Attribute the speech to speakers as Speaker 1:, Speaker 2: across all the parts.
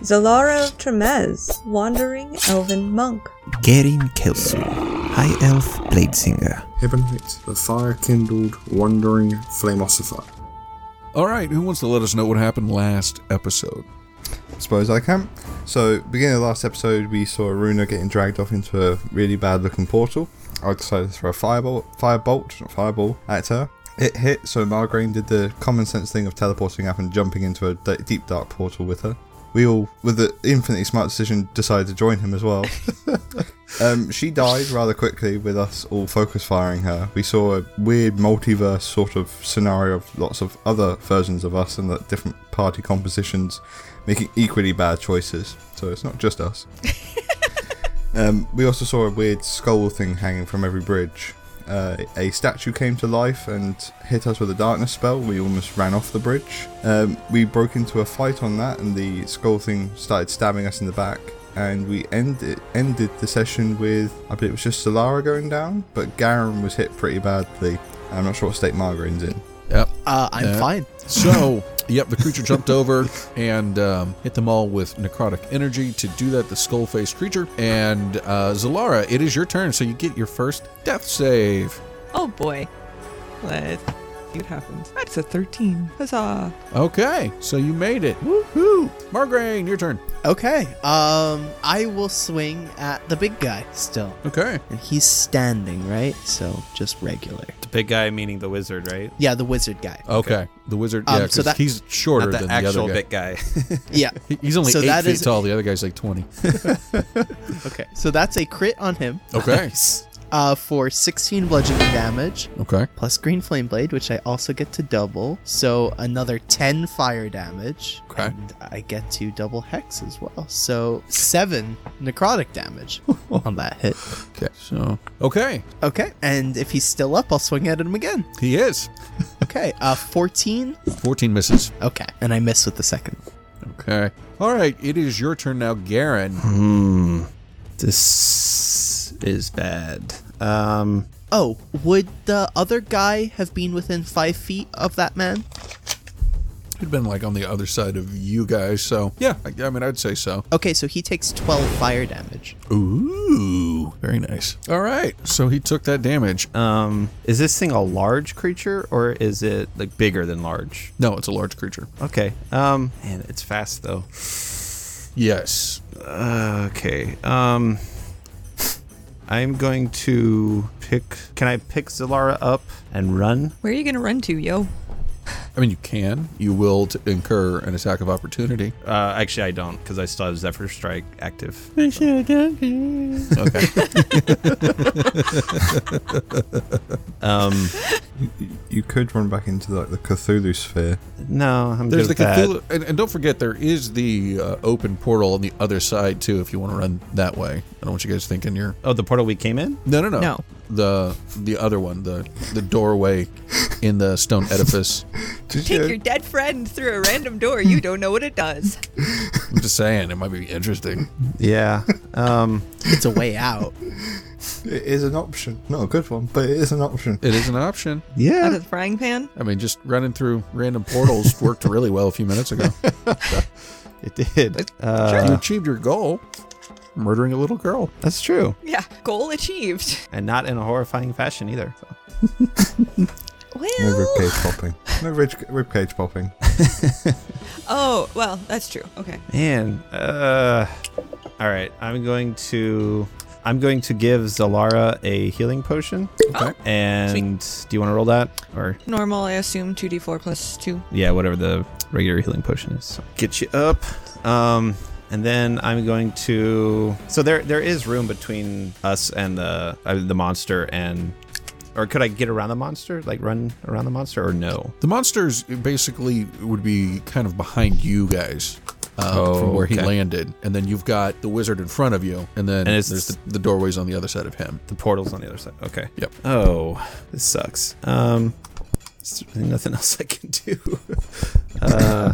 Speaker 1: Zalara of Tremez, Wandering Elven Monk.
Speaker 2: Gerin Kelsu, High Elf Bladesinger.
Speaker 3: Hibonite, the fire kindled, wandering flamosifier.
Speaker 4: All right, who wants to let us know what happened last episode?
Speaker 5: suppose I can. So, beginning of the last episode, we saw Aruna getting dragged off into a really bad looking portal. I decided to throw a fireball, firebolt, not fireball, at her. It hit, so Margarine did the common sense thing of teleporting up and jumping into a d- deep dark portal with her. We all, with the infinitely smart decision, decided to join him as well. um, she died rather quickly with us all focus firing her. We saw a weird multiverse sort of scenario of lots of other versions of us and the different party compositions making equally bad choices. So it's not just us. um, we also saw a weird skull thing hanging from every bridge. Uh, a statue came to life and hit us with a darkness spell. We almost ran off the bridge. Um, we broke into a fight on that, and the skull thing started stabbing us in the back. And we ended ended the session with I believe it was just Solara going down, but Garen was hit pretty badly. I'm not sure what state Margarine's in.
Speaker 4: Yep.
Speaker 6: Uh, I'm
Speaker 4: Yeah.
Speaker 6: fine.
Speaker 4: So, yep, the creature jumped over and um, hit them all with necrotic energy. To do that, the skull faced creature. And uh, Zalara, it is your turn, so you get your first death save.
Speaker 7: Oh boy. Let's see what happens. That's a 13. Huzzah.
Speaker 4: Okay, so you made it. Woohoo! Margraine, your turn.
Speaker 6: Okay. Um, I will swing at the big guy still.
Speaker 4: Okay.
Speaker 6: And he's standing, right? So just regular.
Speaker 8: The big guy meaning the wizard, right?
Speaker 6: Yeah, the wizard guy.
Speaker 4: Okay. The wizard,
Speaker 6: Um,
Speaker 4: yeah,
Speaker 6: so
Speaker 4: 'cause
Speaker 6: that-
Speaker 4: he's shorter
Speaker 8: Not the
Speaker 4: than the
Speaker 8: actual
Speaker 4: other guy.
Speaker 8: big guy.
Speaker 6: Yeah.
Speaker 4: He- He's only
Speaker 6: So
Speaker 4: eight
Speaker 6: that
Speaker 4: feet
Speaker 6: is-
Speaker 4: tall. The other guy's like 20.
Speaker 6: Okay. So that's a crit on him.
Speaker 4: Okay.
Speaker 6: Nice. Uh, for 16 bludgeoning damage.
Speaker 4: Okay.
Speaker 6: Plus green flame blade, which I also get to double. So another 10 fire damage.
Speaker 4: Okay.
Speaker 6: And I get to double hex as well. So seven necrotic damage on that hit.
Speaker 4: Okay. So, okay.
Speaker 6: Okay. And if he's still up, I'll swing at him again.
Speaker 4: He is.
Speaker 6: Okay. Uh, 14.
Speaker 4: 14 misses.
Speaker 6: Okay. And I miss with the second.
Speaker 4: Okay. All right. It is your turn now, Garen.
Speaker 8: Hmm. This is bad. Um.
Speaker 6: Oh, would the other guy have been within five feet of that man?
Speaker 4: He'd been like on the other side of you guys, so yeah. I, I mean, I'd say so.
Speaker 6: Okay, so he takes 12 fire damage.
Speaker 4: Ooh, very nice. All right. So he took that damage. Uh,
Speaker 8: Um. Is this thing a large creature or is it like bigger than large?
Speaker 4: No, it's a large creature.
Speaker 8: Okay. Um. Man, it's fast though.
Speaker 4: Yes.
Speaker 8: Uh, okay. Um. I'm going to pick. Can I pick Zilara up and run?
Speaker 7: Where are you going to run to, yo?
Speaker 4: I mean, you can. You will t- incur an attack of opportunity.
Speaker 8: Uh, actually, I don't because I still have Uh, Zephyr Strike active.
Speaker 4: Okay.
Speaker 8: Um.
Speaker 5: You could run back into like the Cthulhu sphere.
Speaker 8: No, I'm
Speaker 4: There's the
Speaker 8: good with that.
Speaker 4: Cthulhu, and, and don't forget there is the uh, open portal on the other side too. If you want to run that way, I don't want you guys thinking you're uh,
Speaker 8: Oh, the portal we came in?
Speaker 4: no, no, no,
Speaker 7: No.
Speaker 4: The the other one, the the doorway in the stone edifice.
Speaker 5: Did
Speaker 7: Take
Speaker 5: you-
Speaker 7: your dead friend through a random door. You don't know what it does.
Speaker 4: I'm just saying, it might be interesting.
Speaker 8: Yeah. Um,
Speaker 6: It's a way out.
Speaker 5: It is an option. Not a good one, but it is an option.
Speaker 4: It is an option.
Speaker 7: Out
Speaker 5: Yeah.
Speaker 7: of the frying pan?
Speaker 4: I mean, just running through random portals worked really well a few minutes ago.
Speaker 8: it did. Uh,
Speaker 4: you achieved your goal, murdering a little girl.
Speaker 8: That's true.
Speaker 7: Yeah. Goal achieved.
Speaker 8: And not in a horrifying fashion either. so.
Speaker 5: No
Speaker 7: Well.
Speaker 5: ribcage popping. No rib- ribcage popping.
Speaker 7: Oh, well, that's true. Okay.
Speaker 8: Man. Uh, all right. I'm going to. I'm going to give Zalara a healing potion.
Speaker 4: Okay.
Speaker 8: And do you want to roll that? Or,
Speaker 7: Normal, I assume 2d4 plus 2.
Speaker 8: yeah, whatever the regular healing potion is. So Get you up. Um, and then I'm going to. So there, there is room between us and the uh, the monster, and or could I get around the monster, like run around the monster, or no?
Speaker 4: The monsters basically would be kind of behind you guys. uh, from where he
Speaker 8: Okay.
Speaker 4: landed, and then you've got the wizard in front of you, and then
Speaker 8: And it's-
Speaker 4: there's the, the doorways on the other side of him.
Speaker 8: The portal's on the other side. Okay.
Speaker 4: Yep.
Speaker 8: Oh, this sucks. Um, there's really nothing else I can do. uh,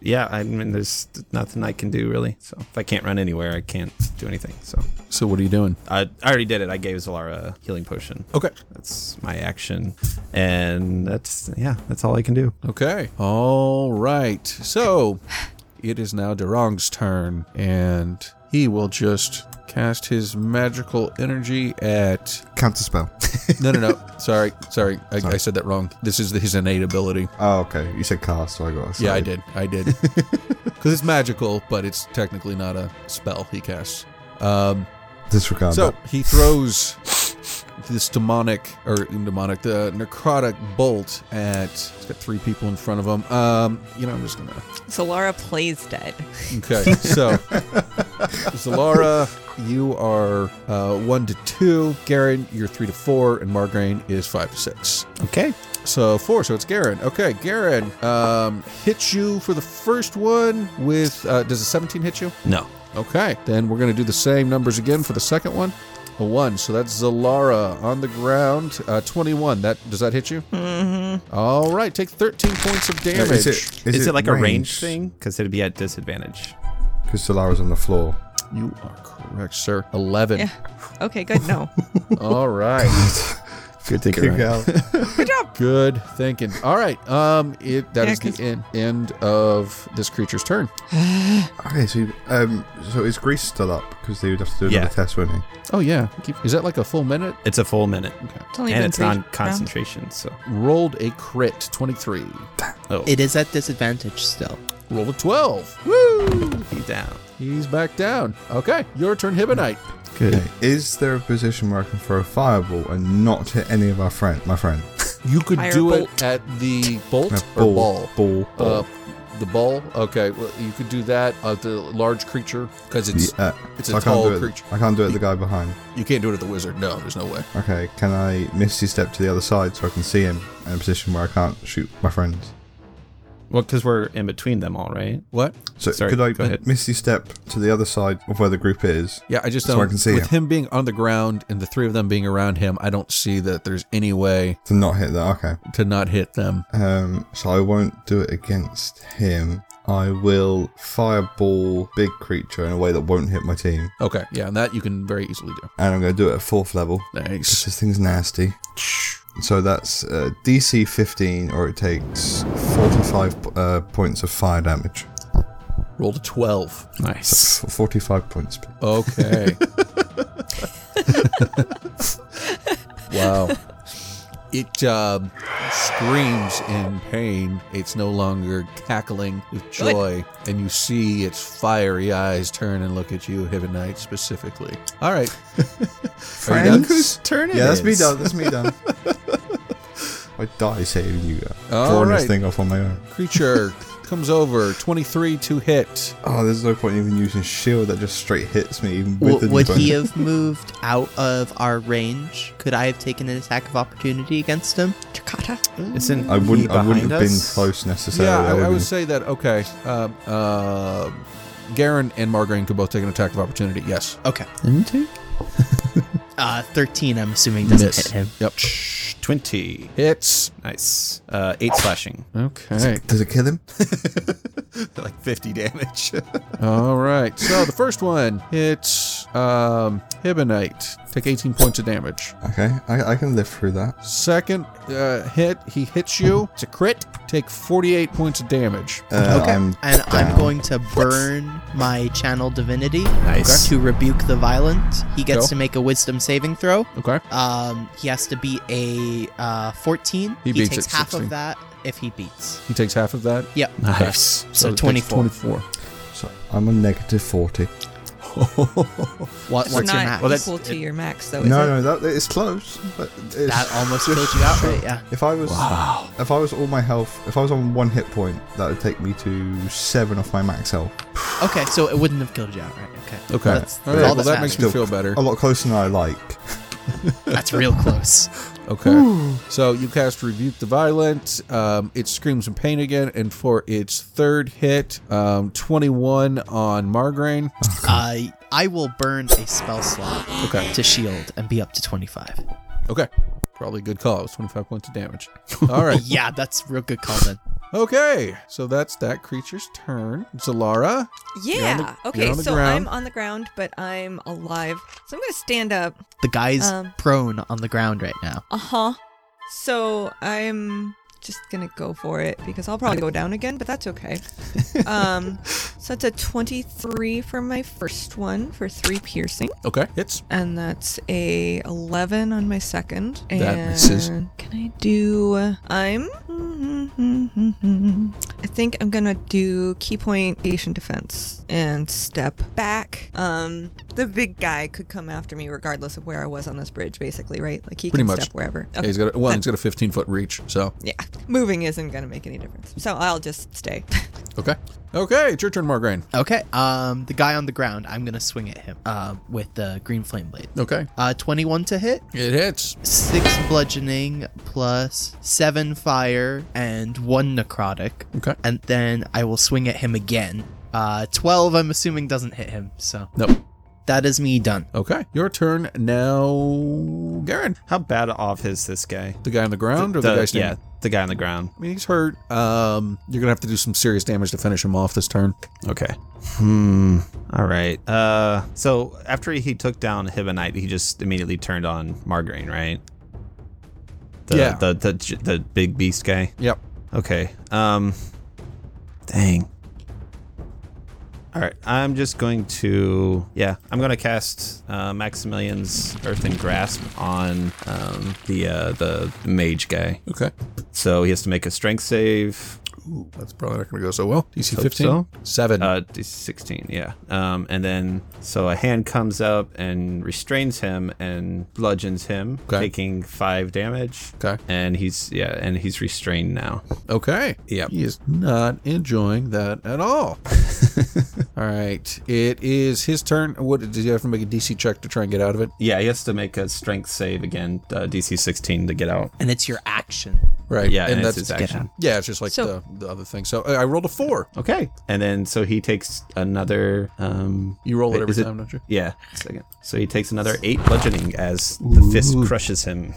Speaker 8: yeah, I mean, there's nothing I can do really. So if I can't run anywhere, I can't do anything. So
Speaker 4: So what are you doing?
Speaker 8: I, I already did it. I gave Zalara a healing potion.
Speaker 4: Okay.
Speaker 8: That's my action, and that's yeah, that's all I can do.
Speaker 4: Okay. All right. So it is now Durang's turn, and he will just cast his magical energy at.
Speaker 5: Counter spell.
Speaker 4: No, no, no. sorry, sorry. I, I said that wrong. This is his innate ability.
Speaker 5: oh, okay. You said cast, so I got.
Speaker 4: Yeah, I did.
Speaker 5: excited.
Speaker 4: I did. Because it's magical, but it's technically not a spell he casts. Um,
Speaker 5: Disregard
Speaker 4: so
Speaker 5: that.
Speaker 4: he throws this demonic or demonic the necrotic bolt at he's got three people in front of him um you know i'm just gonna
Speaker 7: Solara plays dead.
Speaker 4: Okay, so Zalara, you are uh, one to two. Garen, you're three to four, and Margraine is five to six.
Speaker 8: Okay.
Speaker 4: So four, so it's Garen. Okay, Garen um, hits you for the first one with. Uh, does a 17 hit you?
Speaker 8: No.
Speaker 4: Okay, then we're going to do the same numbers again for the second one. A one, so that's Zalara on the ground. Uh, 21. That does that hit you? Mm-hmm. All right, take 13 points of damage.
Speaker 5: Is it,
Speaker 8: Is, it, like a range thing? Because it'd be at disadvantage.
Speaker 5: Because Solara's on the floor.
Speaker 4: You are correct, sir. 11.
Speaker 7: Yeah. Okay, good. No.
Speaker 4: All right.
Speaker 8: Good thinking.
Speaker 5: Kick out.
Speaker 7: Good job.
Speaker 4: Good thinking. All right. Um, it that
Speaker 7: Yeah,
Speaker 4: is
Speaker 7: 'cause-
Speaker 4: the end, end of this creature's turn.
Speaker 5: okay, so you- um, so is Grease still up? Because they would have to do another
Speaker 8: Yeah.
Speaker 5: test, wouldn't
Speaker 4: Oh yeah. Keep- Is that like a full minute?
Speaker 8: It's a full minute,
Speaker 7: It's only
Speaker 8: and
Speaker 7: been
Speaker 8: it's
Speaker 7: three
Speaker 8: non
Speaker 7: rounds.
Speaker 8: concentration. So
Speaker 4: Rolled a crit, twenty three.
Speaker 8: oh,
Speaker 6: It is at disadvantage still.
Speaker 4: Rolled a twelve. Woo!
Speaker 8: be down.
Speaker 4: He's back down. Okay, your turn, Hibonite.
Speaker 8: Good.
Speaker 5: he? Is there a position where I can throw a fireball and not hit any of our friend, my friend?
Speaker 4: You could
Speaker 7: Fire
Speaker 4: do
Speaker 7: bolt.
Speaker 4: it at the bolt
Speaker 5: No,
Speaker 4: or ball.
Speaker 5: Ball. ball.
Speaker 4: Uh, the ball. Okay, well, you could do that at the large creature because it's
Speaker 5: Yeah,
Speaker 4: it's
Speaker 5: so
Speaker 4: a
Speaker 5: I can't
Speaker 4: tall
Speaker 5: do it-
Speaker 4: creature.
Speaker 5: I can't do it. The guy behind.
Speaker 4: You can't do it at the wizard. No, there's no way.
Speaker 5: Okay, can I misty step to the other side so I can see him in a position where I can't shoot my friends?
Speaker 8: Well, because we're in between them all, right?
Speaker 4: What?
Speaker 5: So
Speaker 8: Sorry,
Speaker 5: could I
Speaker 8: go ahead.
Speaker 5: misty step to the other side of where the group is?
Speaker 4: Yeah, I just
Speaker 5: So
Speaker 4: don't.
Speaker 5: I can see
Speaker 4: with
Speaker 5: him.
Speaker 4: him. being on the ground and the three of them being around him, I don't see that there's any way
Speaker 5: To not hit that. Okay.
Speaker 4: to not hit them.
Speaker 5: Um, so I won't do it against him. I will fireball big creature in a way that won't hit my team,
Speaker 4: Okay, yeah, and that you can very easily do.
Speaker 5: and I'm going to do it at fourth level. 'cause
Speaker 4: Nice.
Speaker 5: This thing's nasty. So that's uh, DC 15, or it takes 45 uh, points of fire damage.
Speaker 4: Roll to twelve.
Speaker 8: Nice.
Speaker 5: F- 45 points.
Speaker 4: Okay. wow. It um, screams in pain. It's no longer cackling with joy, and you see its fiery eyes turn and look at you, Hibonite specifically. All right. Are you done?
Speaker 8: Whose turn it
Speaker 5: Yeah, that's me
Speaker 8: is?
Speaker 5: done. That's me done. I die saving you. uh,
Speaker 4: All
Speaker 5: Drawing
Speaker 4: right.
Speaker 5: this thing off on my own.
Speaker 4: Creature comes over. Twenty-three to hit.
Speaker 5: Oh, there's no point in even using shield. That just straight hits me. Even with
Speaker 6: W-
Speaker 5: the
Speaker 6: would he
Speaker 5: bonus.
Speaker 6: have moved out of our range? Could I have taken an attack of opportunity against him?
Speaker 7: Takata.
Speaker 8: Isn't
Speaker 5: I wouldn't. I wouldn't have been
Speaker 8: close.
Speaker 5: close necessarily.
Speaker 4: Yeah, I, I
Speaker 5: would've
Speaker 4: would
Speaker 5: been-
Speaker 4: say that. Okay, um, uh, Garen and Margarine could both take an attack of opportunity. Yes,
Speaker 6: Okay. Uh, 13, I'm assuming, doesn't hit him.
Speaker 4: Yep,
Speaker 8: Twenty.
Speaker 4: hits.
Speaker 8: Nice. Uh, eight slashing.
Speaker 4: Okay,
Speaker 5: Does it kill him?
Speaker 8: like fifty damage.
Speaker 4: all right. So the first one hits um, Hibonite. Take 18 points of damage.
Speaker 5: Okay, I, I can live through that.
Speaker 4: Second uh, hit, he hits you. It's a crit. Take 48 points of damage.
Speaker 5: Uh,
Speaker 6: Okay.
Speaker 4: Um,
Speaker 5: I'm
Speaker 6: and I'm
Speaker 5: down.
Speaker 6: going to burn my channel divinity
Speaker 8: Nice.
Speaker 6: to rebuke the violent. He gets
Speaker 4: Cool.
Speaker 6: to make a wisdom saving throw.
Speaker 4: Okay.
Speaker 6: Um, he has to beat a uh, 14.
Speaker 4: He beats
Speaker 6: takes
Speaker 4: it,
Speaker 6: half
Speaker 4: 16.
Speaker 6: of that if he beats.
Speaker 4: He takes half of that.
Speaker 6: Yep.
Speaker 8: Nice.
Speaker 6: So,
Speaker 4: it takes
Speaker 6: 24.
Speaker 4: 24.
Speaker 5: So I'm a negative forty.
Speaker 6: What,
Speaker 7: It's
Speaker 6: what's your
Speaker 7: not
Speaker 6: max?
Speaker 8: Well, that's-
Speaker 7: equal to
Speaker 8: it-
Speaker 7: your max, though.
Speaker 5: No,
Speaker 7: Is it?
Speaker 5: no, that it's close. But it's,
Speaker 6: Oh, that almost killed you outright, yeah.
Speaker 5: If I was, if I was all my health, if I was on one hit point, that would take me to seven off my max health.
Speaker 6: Okay, so it wouldn't have killed you outright. Okay.
Speaker 4: Okay.
Speaker 6: That's,
Speaker 4: all right.
Speaker 6: that's all
Speaker 4: Well,
Speaker 6: that
Speaker 4: that makes
Speaker 6: matters.
Speaker 4: me feel better.
Speaker 5: A lot closer than I like.
Speaker 6: That's real close.
Speaker 4: Okay. So you cast Rebuke the Violent. Um, it screams in pain again, and for its third hit, um, 21 on Margrain.
Speaker 6: I Uh, I will burn a spell slot
Speaker 4: Okay.
Speaker 6: to shield and be up to 25.
Speaker 4: Okay. Probably a good call. It was 25 points of damage. All right.
Speaker 6: Yeah, that's real good call then.
Speaker 4: Okay. So that's that creature's turn. Zalara. on the-
Speaker 7: Yeah.
Speaker 4: you're
Speaker 7: okay,
Speaker 4: on the
Speaker 7: so
Speaker 4: ground.
Speaker 7: I'm on the ground, but I'm alive. So I'm going to stand up.
Speaker 6: The guy's
Speaker 7: Um.
Speaker 6: prone on the ground right now.
Speaker 7: Uh huh. So I'm just going to go for it because I'll probably go down again, but that's okay. um, so that's a 23 for my first one for three piercing.
Speaker 4: Okay. Hits.
Speaker 7: and that's a 11 on my second. And
Speaker 4: That misses.
Speaker 7: Can I do? I'm. I think I'm gonna do key point Asian defense and step back. Um, the big guy could come after me regardless of where I was on this bridge, basically, right? Like he
Speaker 4: Pretty
Speaker 7: can
Speaker 4: much.
Speaker 7: step wherever.
Speaker 4: Yeah, he's got a, well, he's got a 15 foot reach. So
Speaker 7: yeah, moving isn't gonna make any difference. So I'll just stay.
Speaker 4: okay. Okay. It's your turn, Margrain.
Speaker 6: Okay. Um, the guy on the ground, I'm gonna swing at him. Uh, with the green flame blade.
Speaker 4: Okay.
Speaker 6: Uh, 21 to hit,
Speaker 4: It hits.
Speaker 6: six bludgeoning plus seven fire and one necrotic,
Speaker 4: Okay.
Speaker 6: and then I will swing at him again. Uh, 12, I'm assuming doesn't hit him. So
Speaker 4: Nope.
Speaker 6: that is me done.
Speaker 4: Okay. Your turn now, Garen.
Speaker 8: How bad off is this guy?
Speaker 4: The guy on the ground or the, guy standing?
Speaker 8: yeah, the guy on the ground.
Speaker 4: I mean, he's hurt. Um, you're gonna have to do some serious damage to finish him off this turn.
Speaker 8: Okay. Hmm. All right. Uh. So after he took down Hibonite, he just immediately turned on Margarine, right? The,
Speaker 4: Yeah.
Speaker 8: The, the the the big beast guy.
Speaker 4: Yep.
Speaker 8: Okay. Um. Dang. All right. I'm just going to yeah. I'm gonna cast uh, Maximilian's Earthen Grasp on um, the uh, the mage guy.
Speaker 4: Okay.
Speaker 8: So he has to make a Strength save.
Speaker 4: Ooh, that's probably not gonna go so well. DC
Speaker 8: Hope
Speaker 4: 15,
Speaker 8: so.
Speaker 4: seven.
Speaker 8: Uh, d- 16, yeah. Um, and then, so a hand comes up and restrains him and bludgeons him,
Speaker 4: Okay.
Speaker 8: taking five damage.
Speaker 4: Okay.
Speaker 8: And he's, yeah, and he's restrained now.
Speaker 4: okay.
Speaker 8: Yep.
Speaker 4: He is not enjoying that at all. all right. It is his turn. What did you have to make a DC check to try and get out of it?
Speaker 8: Yeah, he has to make a strength save again, uh, DC 16 to get out.
Speaker 6: And it's your action.
Speaker 4: Right.
Speaker 8: Yeah, and it's
Speaker 4: that's
Speaker 8: his action.
Speaker 4: Yeah, it's just like
Speaker 7: So-
Speaker 4: the, the other thing. So uh, I rolled a four.
Speaker 8: Okay. And then, so he takes another, um,
Speaker 4: You roll it
Speaker 8: Wait,
Speaker 4: every
Speaker 8: is it-
Speaker 4: time, don't you?
Speaker 8: yeah, second. So he takes another eight bludgeoning as the fist crushes him.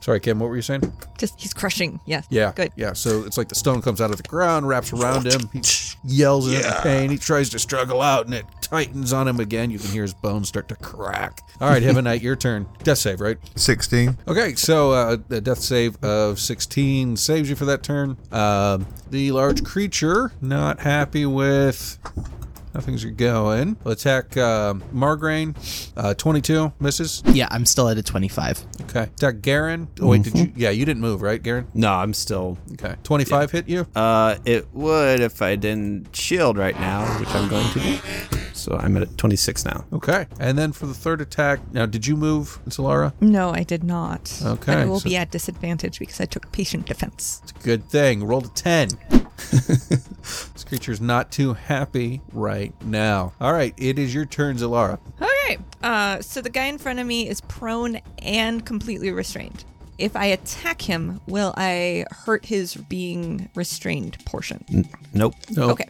Speaker 4: Sorry, Kim. What were you saying?
Speaker 7: just he's crushing. Yes.
Speaker 4: Yeah.
Speaker 7: Good.
Speaker 4: Yeah. So it's like the stone comes out of the ground, wraps around him. He yells in pain. He tries to struggle out, and it tightens on him again. You can hear his bones start to crack. All right, Heaven Knight, your turn. Death save, right?
Speaker 5: 16.
Speaker 4: Okay, so uh, a death save of 16 saves you for that turn. Um the large creature, not happy with how things are going, will attack um Margrain. Uh, 22 misses.
Speaker 6: Yeah, I'm still at a 25.
Speaker 4: Okay. Attack Garen. Oh, wait, did you? Yeah, you didn't move, right, Garen?
Speaker 8: No, I'm still
Speaker 4: Okay. 25 hit you?
Speaker 8: Uh, it would if I didn't shield right now, which I'm going to do. So I'm at 26 now.
Speaker 4: Okay. And then for the third attack, now did you move, Solara?
Speaker 7: No, I did not.
Speaker 4: Okay,
Speaker 7: But I will
Speaker 4: so-
Speaker 7: be at disadvantage because I took patient defense.
Speaker 4: It's a good thing. Rolled a 10. this creature's not too happy right now. All right, it is your turn, Zalara.
Speaker 7: Okay. Uh, so the guy in front of me is prone and completely restrained. If I attack him, will I hurt his being restrained portion?
Speaker 8: Nope.
Speaker 4: No.
Speaker 7: Okay.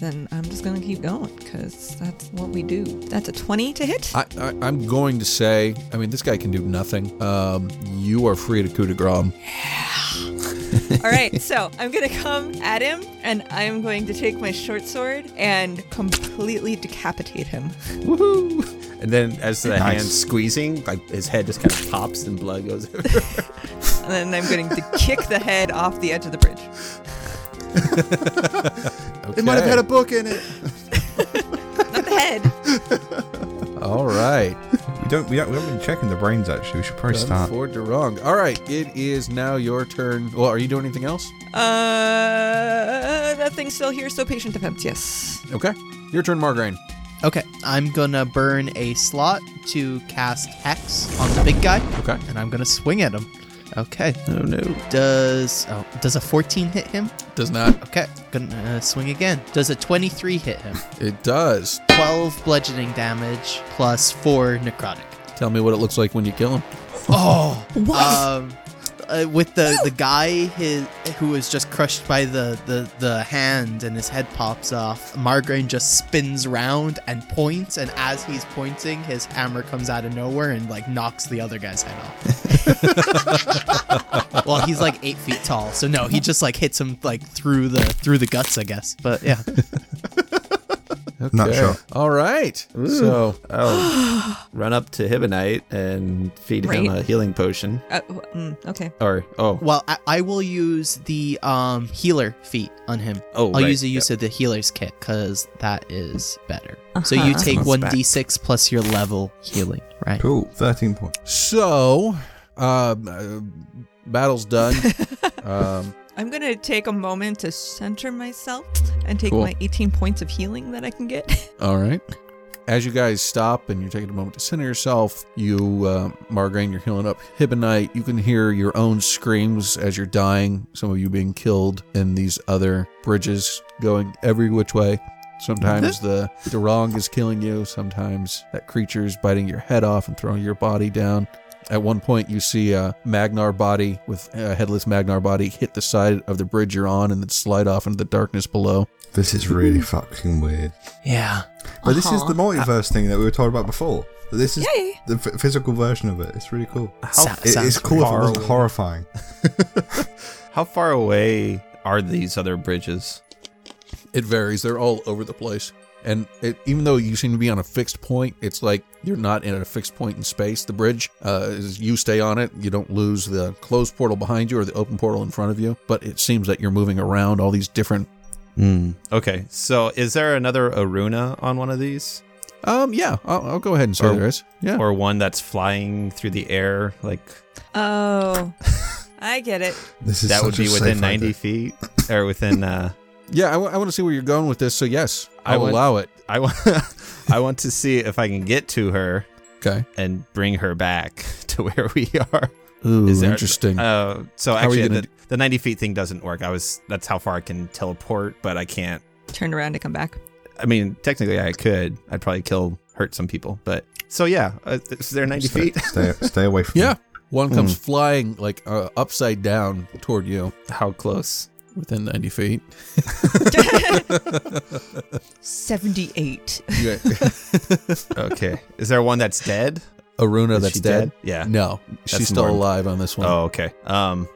Speaker 7: Then I'm just going to keep going because that's what we do. That's a 20 to hit.
Speaker 4: I, I, I'm going to say, I mean, this guy can do nothing. Um, you are free to coup de grace. him.
Speaker 7: All right. So I'm going to come at him and I'm going to take my short sword and completely decapitate him.
Speaker 8: Woohoo! And then as the hand's squeezing, like his head just kind of pops and blood goes everywhere.
Speaker 7: And then I'm going to kick the head off the edge of the bridge.
Speaker 4: It might have had a book.
Speaker 7: Not the head.
Speaker 4: All right.
Speaker 5: We don't, we don't, we haven't been checking the brains actually. We should probably
Speaker 4: Done
Speaker 5: start.
Speaker 4: for Durong. All right, it is now your turn. Well, are you doing anything else?
Speaker 7: Uh, that thing's still here, so patient defense, yes.
Speaker 4: Okay. Your turn, Margarine.
Speaker 6: Okay, I'm gonna burn a slot to cast Hex on the big guy,
Speaker 4: Okay.
Speaker 6: and I'm gonna swing at him. Okay,
Speaker 8: Oh no.
Speaker 6: does oh, does a 14 hit him?
Speaker 4: Does not.
Speaker 6: Okay, gonna uh, swing again. Does a 23 hit him?
Speaker 4: It does.
Speaker 6: 12 bludgeoning damage plus 4 necrotic.
Speaker 4: Tell me what it looks like when you kill him.
Speaker 6: Oh, what? Um, uh, with the the guy his, who was just crushed by the, the the hand and his head pops off. Margarine just spins round and points, and as he's pointing, his hammer comes out of nowhere and like knocks the other guy's head off. well, he's like eight feet tall, so no, he just like hits him like through the through the guts, I guess. But yeah,
Speaker 5: Not sure.
Speaker 4: All right. So uh,
Speaker 8: Run up to Hibonite and feed
Speaker 7: Right.
Speaker 8: him a healing potion.
Speaker 7: Uh, w- mm, okay.
Speaker 8: Or oh,
Speaker 6: well, I, I will use the um healer feat on him.
Speaker 8: Oh,
Speaker 6: I'll
Speaker 8: right.
Speaker 6: use the use of the healer's kit because that is better. So you take
Speaker 2: Smells
Speaker 6: one
Speaker 2: bad.
Speaker 6: d six plus your level healing, right?
Speaker 5: Cool. 13 points.
Speaker 4: so um, uh, battle's done. um,
Speaker 7: I'm going to take a moment to center myself and take
Speaker 4: Cool.
Speaker 7: my 18 points of healing that I can get.
Speaker 4: all right. As you guys stop and you're taking a moment to center yourself, you, uh, Margarine, you're healing up Hibonite. You can hear your own screams as you're dying. Some of you being killed, and these other bridges going every which way. Sometimes the Durong is killing you. Sometimes that creature is biting your head off and throwing your body down. At one point, you see a Magnar body with a headless Magnar body hit the side of the bridge you're on and then slide off into the darkness below.
Speaker 5: This is really fucking weird.
Speaker 6: Yeah.
Speaker 5: But this is the multiverse thing that we were told about before. But This is
Speaker 7: Yay!
Speaker 5: the f- physical version of it. It's really cool.
Speaker 6: Sa-
Speaker 5: It-
Speaker 6: sounds
Speaker 5: it's cool if it
Speaker 8: far
Speaker 5: wasn't
Speaker 8: away.
Speaker 5: horrifying.
Speaker 8: how far away are these other bridges?
Speaker 4: It varies. They're all over the place. And it, even though you seem to be on a fixed point, it's like you're not in a fixed point in space. The bridge, uh, is you stay on it. You don't lose the closed portal behind you or the open portal in front of you. But it seems that you're moving around all these different. Hmm.
Speaker 8: Mm. Okay, so is there another Aruna on one of these,
Speaker 4: Um, yeah, I'll, I'll go ahead and say
Speaker 8: Or-
Speaker 4: there is. Yeah.
Speaker 8: or one that's flying through the air? Like
Speaker 7: Oh, I get it.
Speaker 5: This is
Speaker 8: that would
Speaker 5: such a
Speaker 8: be
Speaker 5: safe
Speaker 8: within ninety
Speaker 5: idea.
Speaker 8: feet, or within. Uh,
Speaker 4: yeah, I, want to see where you're going with this. So, yes,
Speaker 8: I
Speaker 4: I'll
Speaker 8: want-
Speaker 4: allow it.
Speaker 8: I want. I want to see if I can get to her
Speaker 4: Okay.
Speaker 8: and bring her back to where we are.
Speaker 4: Ooh,
Speaker 8: Is there-
Speaker 4: interesting.
Speaker 8: Uh, so
Speaker 4: Mm. How are you
Speaker 8: actually,
Speaker 4: gonna
Speaker 8: the, the ninety feet thing doesn't work. I was that's how far I can teleport, but I can't.
Speaker 7: Turn around to come back.
Speaker 8: I mean, technically, I could. I'd probably kill, hurt some people, but so yeah. Uh, is there ninety feet?
Speaker 5: Stay, stay away from
Speaker 4: yeah. One comes
Speaker 8: Mm.
Speaker 4: flying like uh, upside down toward you
Speaker 8: How close?
Speaker 4: within 90 feet.
Speaker 7: 78.
Speaker 4: Yeah.
Speaker 8: Okay. Is there one that's dead?
Speaker 4: Aruna,
Speaker 8: Is
Speaker 4: that's
Speaker 8: she
Speaker 4: dead? Mm.
Speaker 8: Yeah.
Speaker 4: No,
Speaker 8: That's
Speaker 4: she's still
Speaker 8: Norm.
Speaker 4: alive on this one.
Speaker 8: Oh, okay. Um.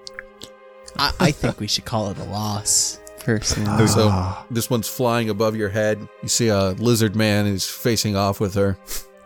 Speaker 6: I, I think we should call it a loss, personally.
Speaker 4: So this one's flying above your head. You see a lizard man is facing off with her.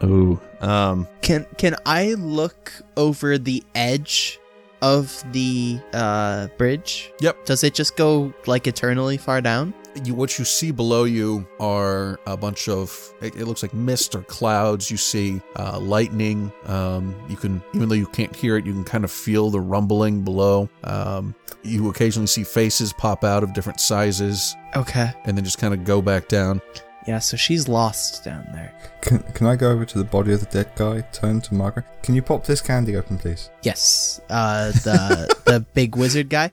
Speaker 8: Ooh. Um.
Speaker 6: Can can I look over the edge of the uh, bridge?
Speaker 4: Yep.
Speaker 6: Does it just go like eternally far down?
Speaker 4: You, what you see below you are a bunch of it, it looks like mist or clouds. You see uh, lightning. Um, you can even though you can't hear it, you can kind of feel the rumbling below. Um, you occasionally see faces pop out of different sizes
Speaker 6: Okay.
Speaker 4: and then just kind of go back down.
Speaker 6: Yeah. So she's lost down there.
Speaker 5: it. Can, can I go over to the body of the dead guy, turn to Margaret? Can you pop this candy open, please?
Speaker 6: Yes. Uh, the the big wizard guy.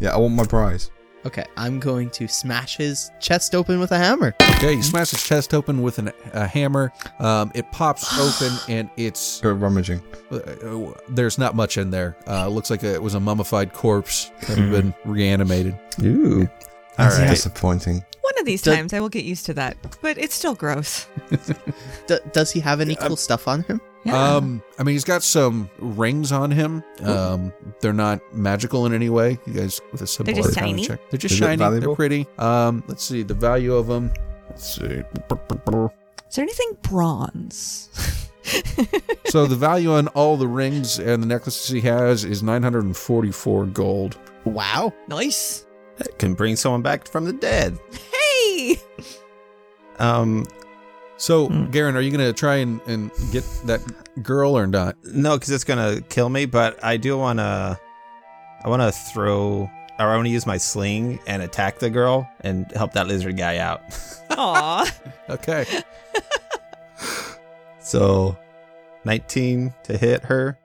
Speaker 5: Yeah, I want my prize.
Speaker 6: Okay. I'm going to smash his chest open with a hammer.
Speaker 4: Okay, you smash his chest open with an, a hammer. Um, it pops open and it's
Speaker 5: Go rummaging.
Speaker 4: Uh, there's not much in there. Uh, looks like it was a mummified corpse that had been
Speaker 7: Hmm.
Speaker 4: reanimated.
Speaker 8: Ooh. All
Speaker 5: That's
Speaker 8: right.
Speaker 5: disappointing.
Speaker 7: One of these
Speaker 6: Does-
Speaker 7: times I will get used to that, but it's still gross.
Speaker 6: D- does he have any cool stuff on him?
Speaker 7: Yeah.
Speaker 4: Um, I mean, he's got some rings on him. Um, they're not magical in any way. You guys with a simple
Speaker 7: They're just
Speaker 4: eye kind of
Speaker 7: shiny?
Speaker 4: check. They're just
Speaker 5: Is it
Speaker 4: shiny. They're
Speaker 5: valuable?
Speaker 4: pretty. Um, let's see the value of them. Let's see.
Speaker 7: Is there anything bronze?
Speaker 4: so the value on all the rings and the necklaces he has is 944 gold.
Speaker 6: Wow.
Speaker 7: nice.
Speaker 8: That can bring someone back from the dead.
Speaker 7: Hey!
Speaker 8: Um.
Speaker 4: So,
Speaker 7: Hmm.
Speaker 4: Garen, are you going to try and, and get that girl or not?
Speaker 8: No, because it's gonna kill me. But I do wanna. I wanna throw. Or I want to use my sling and attack the girl and help that lizard guy out.
Speaker 7: Aw.
Speaker 4: Okay.
Speaker 8: So, 19 to hit her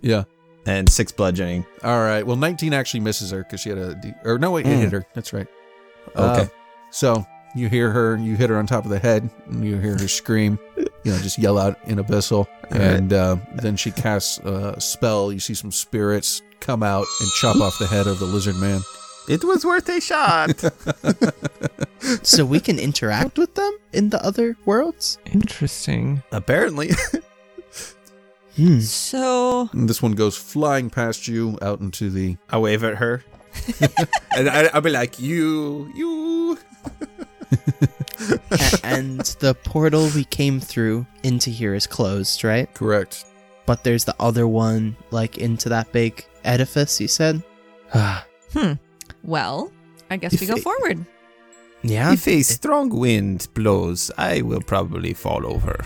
Speaker 4: Yeah.
Speaker 8: and six bludgeoning.
Speaker 4: All right. Well, 19 actually misses her because she had a. D- or no, wait, it
Speaker 8: Mm.
Speaker 4: hit her. That's right.
Speaker 8: Okay.
Speaker 4: Uh, so you hear her, you hit her on top of the head, and you hear her scream. you know, just yell out in Abyssal. And uh, then she casts a spell. You see some spirits come out and chop off the head of the lizard man.
Speaker 8: It was worth a shot.
Speaker 6: so we can interact with them in the other worlds?
Speaker 7: Interesting.
Speaker 8: Apparently.
Speaker 6: Hmm.
Speaker 7: So oh
Speaker 4: And this one goes flying past you out into the.
Speaker 8: I wave at her. and I, I'll be like, you, you.
Speaker 6: A- and the portal we came through into here is closed, right?
Speaker 4: Correct.
Speaker 6: But there's the other one, like into that big edifice you said?
Speaker 7: well, I guess we go forward.
Speaker 6: yeah.
Speaker 8: If a strong wind blows, I will probably fall over.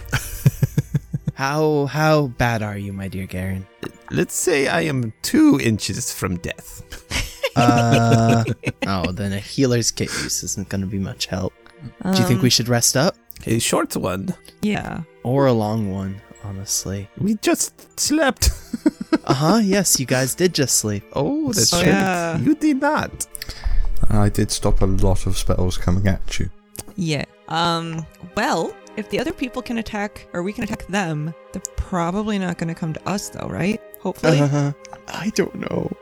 Speaker 6: How how bad are you, my dear Garen?
Speaker 8: Let's say I am two inches from death.
Speaker 6: Uh, oh, then a healer's kit use isn't going to be much help. Do you think we should rest up
Speaker 8: A short one.
Speaker 7: Yeah.
Speaker 6: or a long one? Honestly.
Speaker 8: We just slept.
Speaker 6: Uh huh. Yes, you guys did just sleep.
Speaker 8: Oh, that's
Speaker 7: Oh,
Speaker 8: right.
Speaker 7: yeah.
Speaker 8: You did not.
Speaker 5: I did stop a lot of spells coming at you.
Speaker 7: Yeah. Um. Well, if the other people can attack, or we can attack them, they're probably not going to come to us, though, right? Hopefully.
Speaker 6: Uh-huh.
Speaker 8: I don't know.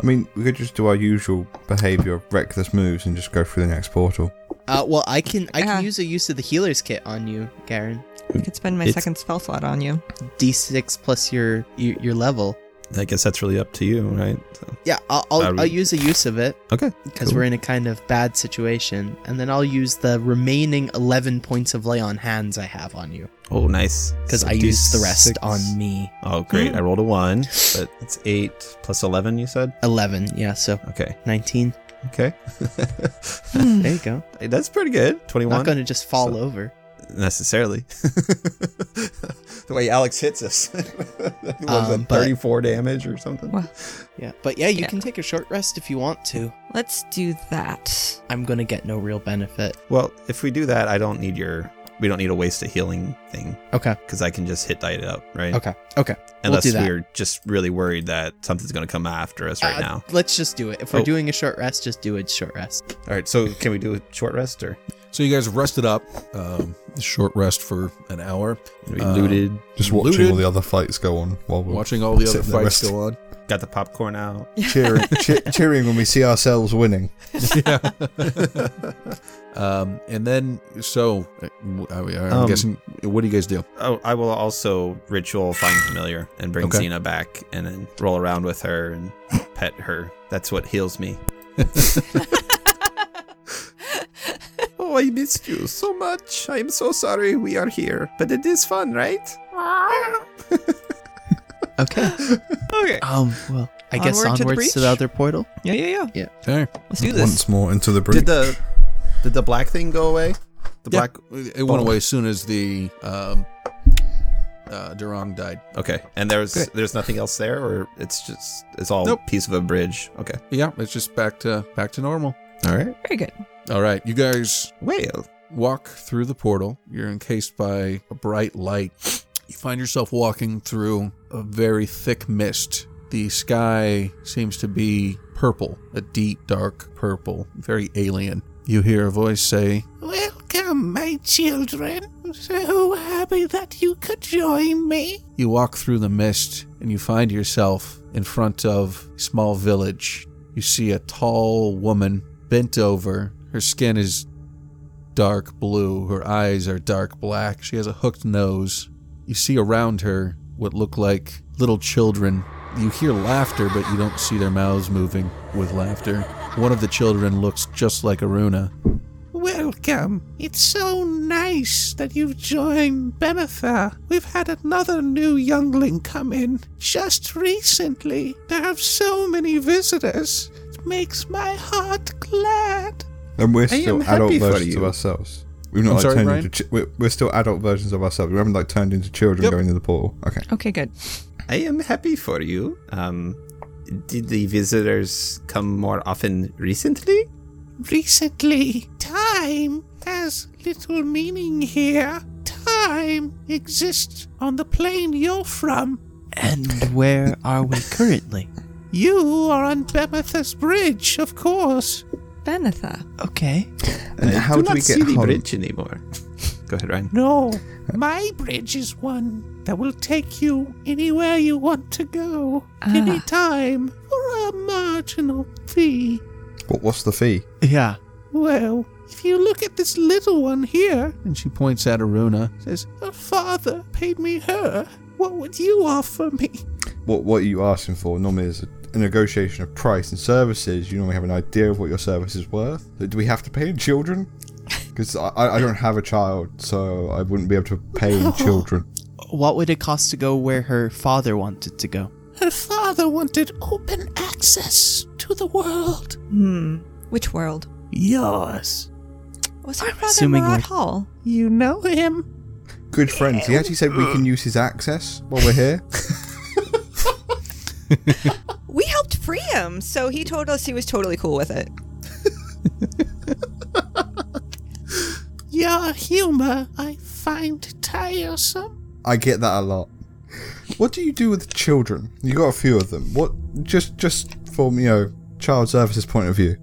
Speaker 5: I mean, we could just do our usual behavior of reckless moves and just go through the next portal.
Speaker 6: Uh, well, I can I
Speaker 7: Uh-huh.
Speaker 6: can use a use of the healer's kit on you, Garen.
Speaker 7: I could spend my
Speaker 8: It's-
Speaker 7: second spell slot on you.
Speaker 6: D6 plus your your, your level.
Speaker 8: I guess that's really up to you, right? So-
Speaker 6: Yeah, I'll I'll,
Speaker 8: Um,
Speaker 6: I'll use a use of it
Speaker 8: Okay.
Speaker 6: because
Speaker 8: cool.
Speaker 6: we're in a kind of bad situation, and then I'll use the remaining eleven points of lay on hands I have on you
Speaker 8: Oh, nice.
Speaker 6: because
Speaker 8: So
Speaker 6: I used the rest
Speaker 8: D6.
Speaker 6: on Hmm. me.
Speaker 8: Oh, great. I rolled a one, but it's eight plus 11, you said?
Speaker 6: Eleven, yeah, so
Speaker 8: Okay.
Speaker 6: nineteen.
Speaker 8: Okay.
Speaker 6: There you go.
Speaker 8: that's pretty good. 21.
Speaker 6: Hmm. Not going to just fall
Speaker 8: So-
Speaker 6: over.
Speaker 8: necessarily. the way Alex hits us. what was
Speaker 6: Um,
Speaker 8: that,
Speaker 6: but-
Speaker 8: 34 damage or something?
Speaker 7: Well,
Speaker 6: Yeah, but yeah, you
Speaker 7: Yeah.
Speaker 6: can take a short rest if you want to.
Speaker 7: let's do that.
Speaker 6: I'm gonna get no real benefit.
Speaker 8: Well, if we do that, I don't need your. We don't need to waste a healing thing
Speaker 6: Okay.
Speaker 8: because I can just hit die it up, right?
Speaker 6: Okay. Okay.
Speaker 8: Unless
Speaker 6: do that.
Speaker 8: we're just really worried that something's going to come after us right
Speaker 6: Uh,
Speaker 8: now.
Speaker 6: Let's just do it. If we're
Speaker 8: Oh.
Speaker 6: doing a short rest, just do a short rest.
Speaker 8: All right. So can we do a short rest or
Speaker 4: So you guys rested up, um, short rest for an hour,
Speaker 8: we
Speaker 6: Uh,
Speaker 4: Um,
Speaker 8: looted?
Speaker 5: Just watching
Speaker 4: Looted.
Speaker 5: all the other fights go on while we're
Speaker 4: watching all the other
Speaker 5: Sitting there
Speaker 4: fights
Speaker 5: resting.
Speaker 4: go on.
Speaker 8: Got the popcorn out.
Speaker 5: cheering, che- cheering when we see ourselves winning.
Speaker 4: yeah. um, and then, so uh, w- I, am
Speaker 8: Um,
Speaker 4: guessing, what do you guys do?
Speaker 8: Oh, I will also ritual find familiar and bring
Speaker 4: Okay.
Speaker 8: Xena back and then roll around with her and pet her. That's what heals me. oh, I missed you so much. I'm so sorry we are here, but it is fun, right?
Speaker 6: Okay.
Speaker 7: okay.
Speaker 6: Um. Well, I guess
Speaker 7: Onward
Speaker 6: onwards to
Speaker 7: to the
Speaker 6: the
Speaker 7: breach.
Speaker 6: other portal.
Speaker 7: Yeah, yeah, yeah.
Speaker 4: Okay.
Speaker 7: Let's do this.
Speaker 3: Once more into the breach.
Speaker 8: Did the did the black thing go away? The
Speaker 4: Yeah.
Speaker 8: black.
Speaker 4: It went away as soon as the um, uh, Durang died.
Speaker 8: Okay, and there's there's nothing else there, or it's just it's all
Speaker 4: Nope.
Speaker 8: piece of a bridge. Okay.
Speaker 4: Yeah, it's just back to back to normal.
Speaker 8: All right.
Speaker 7: Very good.
Speaker 4: All right, you guys
Speaker 8: Well,
Speaker 4: walk through the portal. You're encased by a bright light. You find yourself walking through a very thick mist. The sky seems to be purple, a deep, dark purple, very alien. You hear a voice say, Welcome, my children. So happy that you could join me. You walk through the mist and you find yourself in front of a small village. You see a tall woman bent over. Her skin is dark blue. Her eyes are dark black. She has a hooked nose. You see around her what look like little children. You hear laughter, but you don't see their mouths moving with laughter. One of the children looks just like Aruna. Welcome. It's so nice that you've joined Bemetha. We've had another new youngling come in just recently. There are so many visitors. It makes my heart glad.
Speaker 5: And we're still
Speaker 8: happy
Speaker 5: adult
Speaker 8: for
Speaker 5: versions
Speaker 8: you.
Speaker 5: of ourselves. We've not
Speaker 4: I'm
Speaker 5: like
Speaker 4: sorry,
Speaker 5: turned
Speaker 4: Brian?
Speaker 5: into chi- we're, we're still adult versions of ourselves. We haven't like turned into children
Speaker 4: Yep.
Speaker 5: going into the portal. Okay.
Speaker 7: Okay, good.
Speaker 8: I am happy for you. Um, did the visitors come more often recently?
Speaker 9: Recently, time has little meaning here. Time exists on the plane you're from.
Speaker 6: And where are we currently?
Speaker 9: You are on Bemetha's Bridge, of course.
Speaker 7: Benetha.
Speaker 6: Okay.
Speaker 5: And
Speaker 8: I
Speaker 5: how do,
Speaker 8: not
Speaker 5: we
Speaker 8: see
Speaker 5: get
Speaker 8: the
Speaker 5: home?
Speaker 8: bridge anymore? Go ahead, Ryan.
Speaker 9: No, my bridge is one that will take you anywhere you want to go, anytime, for a marginal fee.
Speaker 5: But what's the fee?
Speaker 6: Yeah.
Speaker 9: Well, if you look at this little one here,
Speaker 4: And she points at Aruna.
Speaker 9: says, Her father paid me her. What would you offer me?
Speaker 5: What what are you asking for? Normally is a negotiation of price and services. You normally have an idea of what your service is worth. So do we have to pay in children? Because I, I I don't have a child, so I wouldn't be able to pay in children.
Speaker 6: What would it cost to go where her father wanted to go?
Speaker 9: Her father wanted open access to the world.
Speaker 7: Hmm. Which world?
Speaker 9: Yours.
Speaker 7: Was her father
Speaker 6: assuming
Speaker 7: Murat
Speaker 6: we're-
Speaker 7: Hall?
Speaker 9: You know him.
Speaker 5: Good friends. He actually said we can use his access while we're here.
Speaker 7: We helped free him, so he told us he was totally cool with it.
Speaker 9: Your humor I find tiresome.
Speaker 5: I get that a lot. What do you do with children? You got a few of them. What just just from you know child services point of view?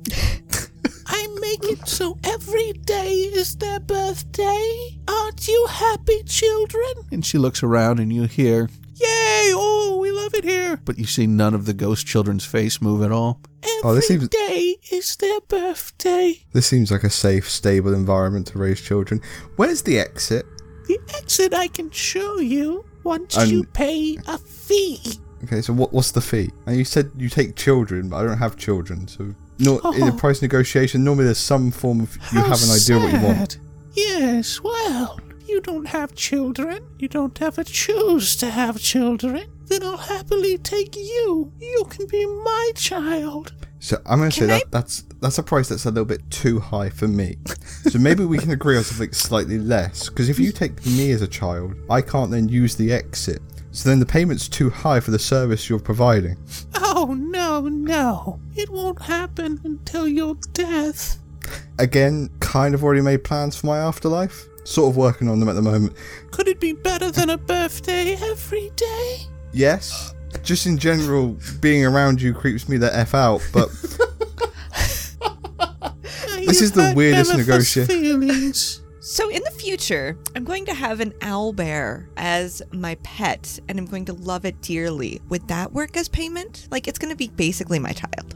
Speaker 9: I make it so every day is their birthday. Aren't you happy, children?
Speaker 4: And she looks around and you hear,
Speaker 9: Yay! Oh, we love it here.
Speaker 4: but you see none of the ghost children's face move at all.
Speaker 9: Every
Speaker 5: Oh, this seems-
Speaker 9: day is their birthday.
Speaker 5: This seems like a safe, stable environment to raise children. Where's the exit?
Speaker 9: The exit I can show you once
Speaker 5: And-
Speaker 9: you pay a fee.
Speaker 5: Okay, so what what's the fee? And you said you take children, but I don't have children, so no, in a
Speaker 9: Oh.
Speaker 5: price negotiation, normally there's some form of you
Speaker 9: How
Speaker 5: have an idea what you want.
Speaker 9: sad. Yes, well, you don't have children. You don't ever choose to have children. Then I'll happily take you. You can be my child.
Speaker 5: So I'm gonna say
Speaker 7: Can I-
Speaker 5: that that's that's a price that's a little bit too high for me. so maybe we can agree on something slightly less. Because if you take me as a child, I can't then use the exit. So then the payment's too high for the service you're providing.
Speaker 9: Oh, no, no. It won't happen until your death.
Speaker 5: Again, kind of already made plans for my afterlife. Sort of working on them at the moment.
Speaker 9: Could it be better than a birthday every day?
Speaker 5: Yes. Just in general, being around you creeps me the f out. But This is the weirdest negotia-
Speaker 9: negotiation.
Speaker 7: So in the future, I'm going to have an owl bear as my pet, and I'm going to love it dearly. Would that work as payment? Like it's going to be basically my child.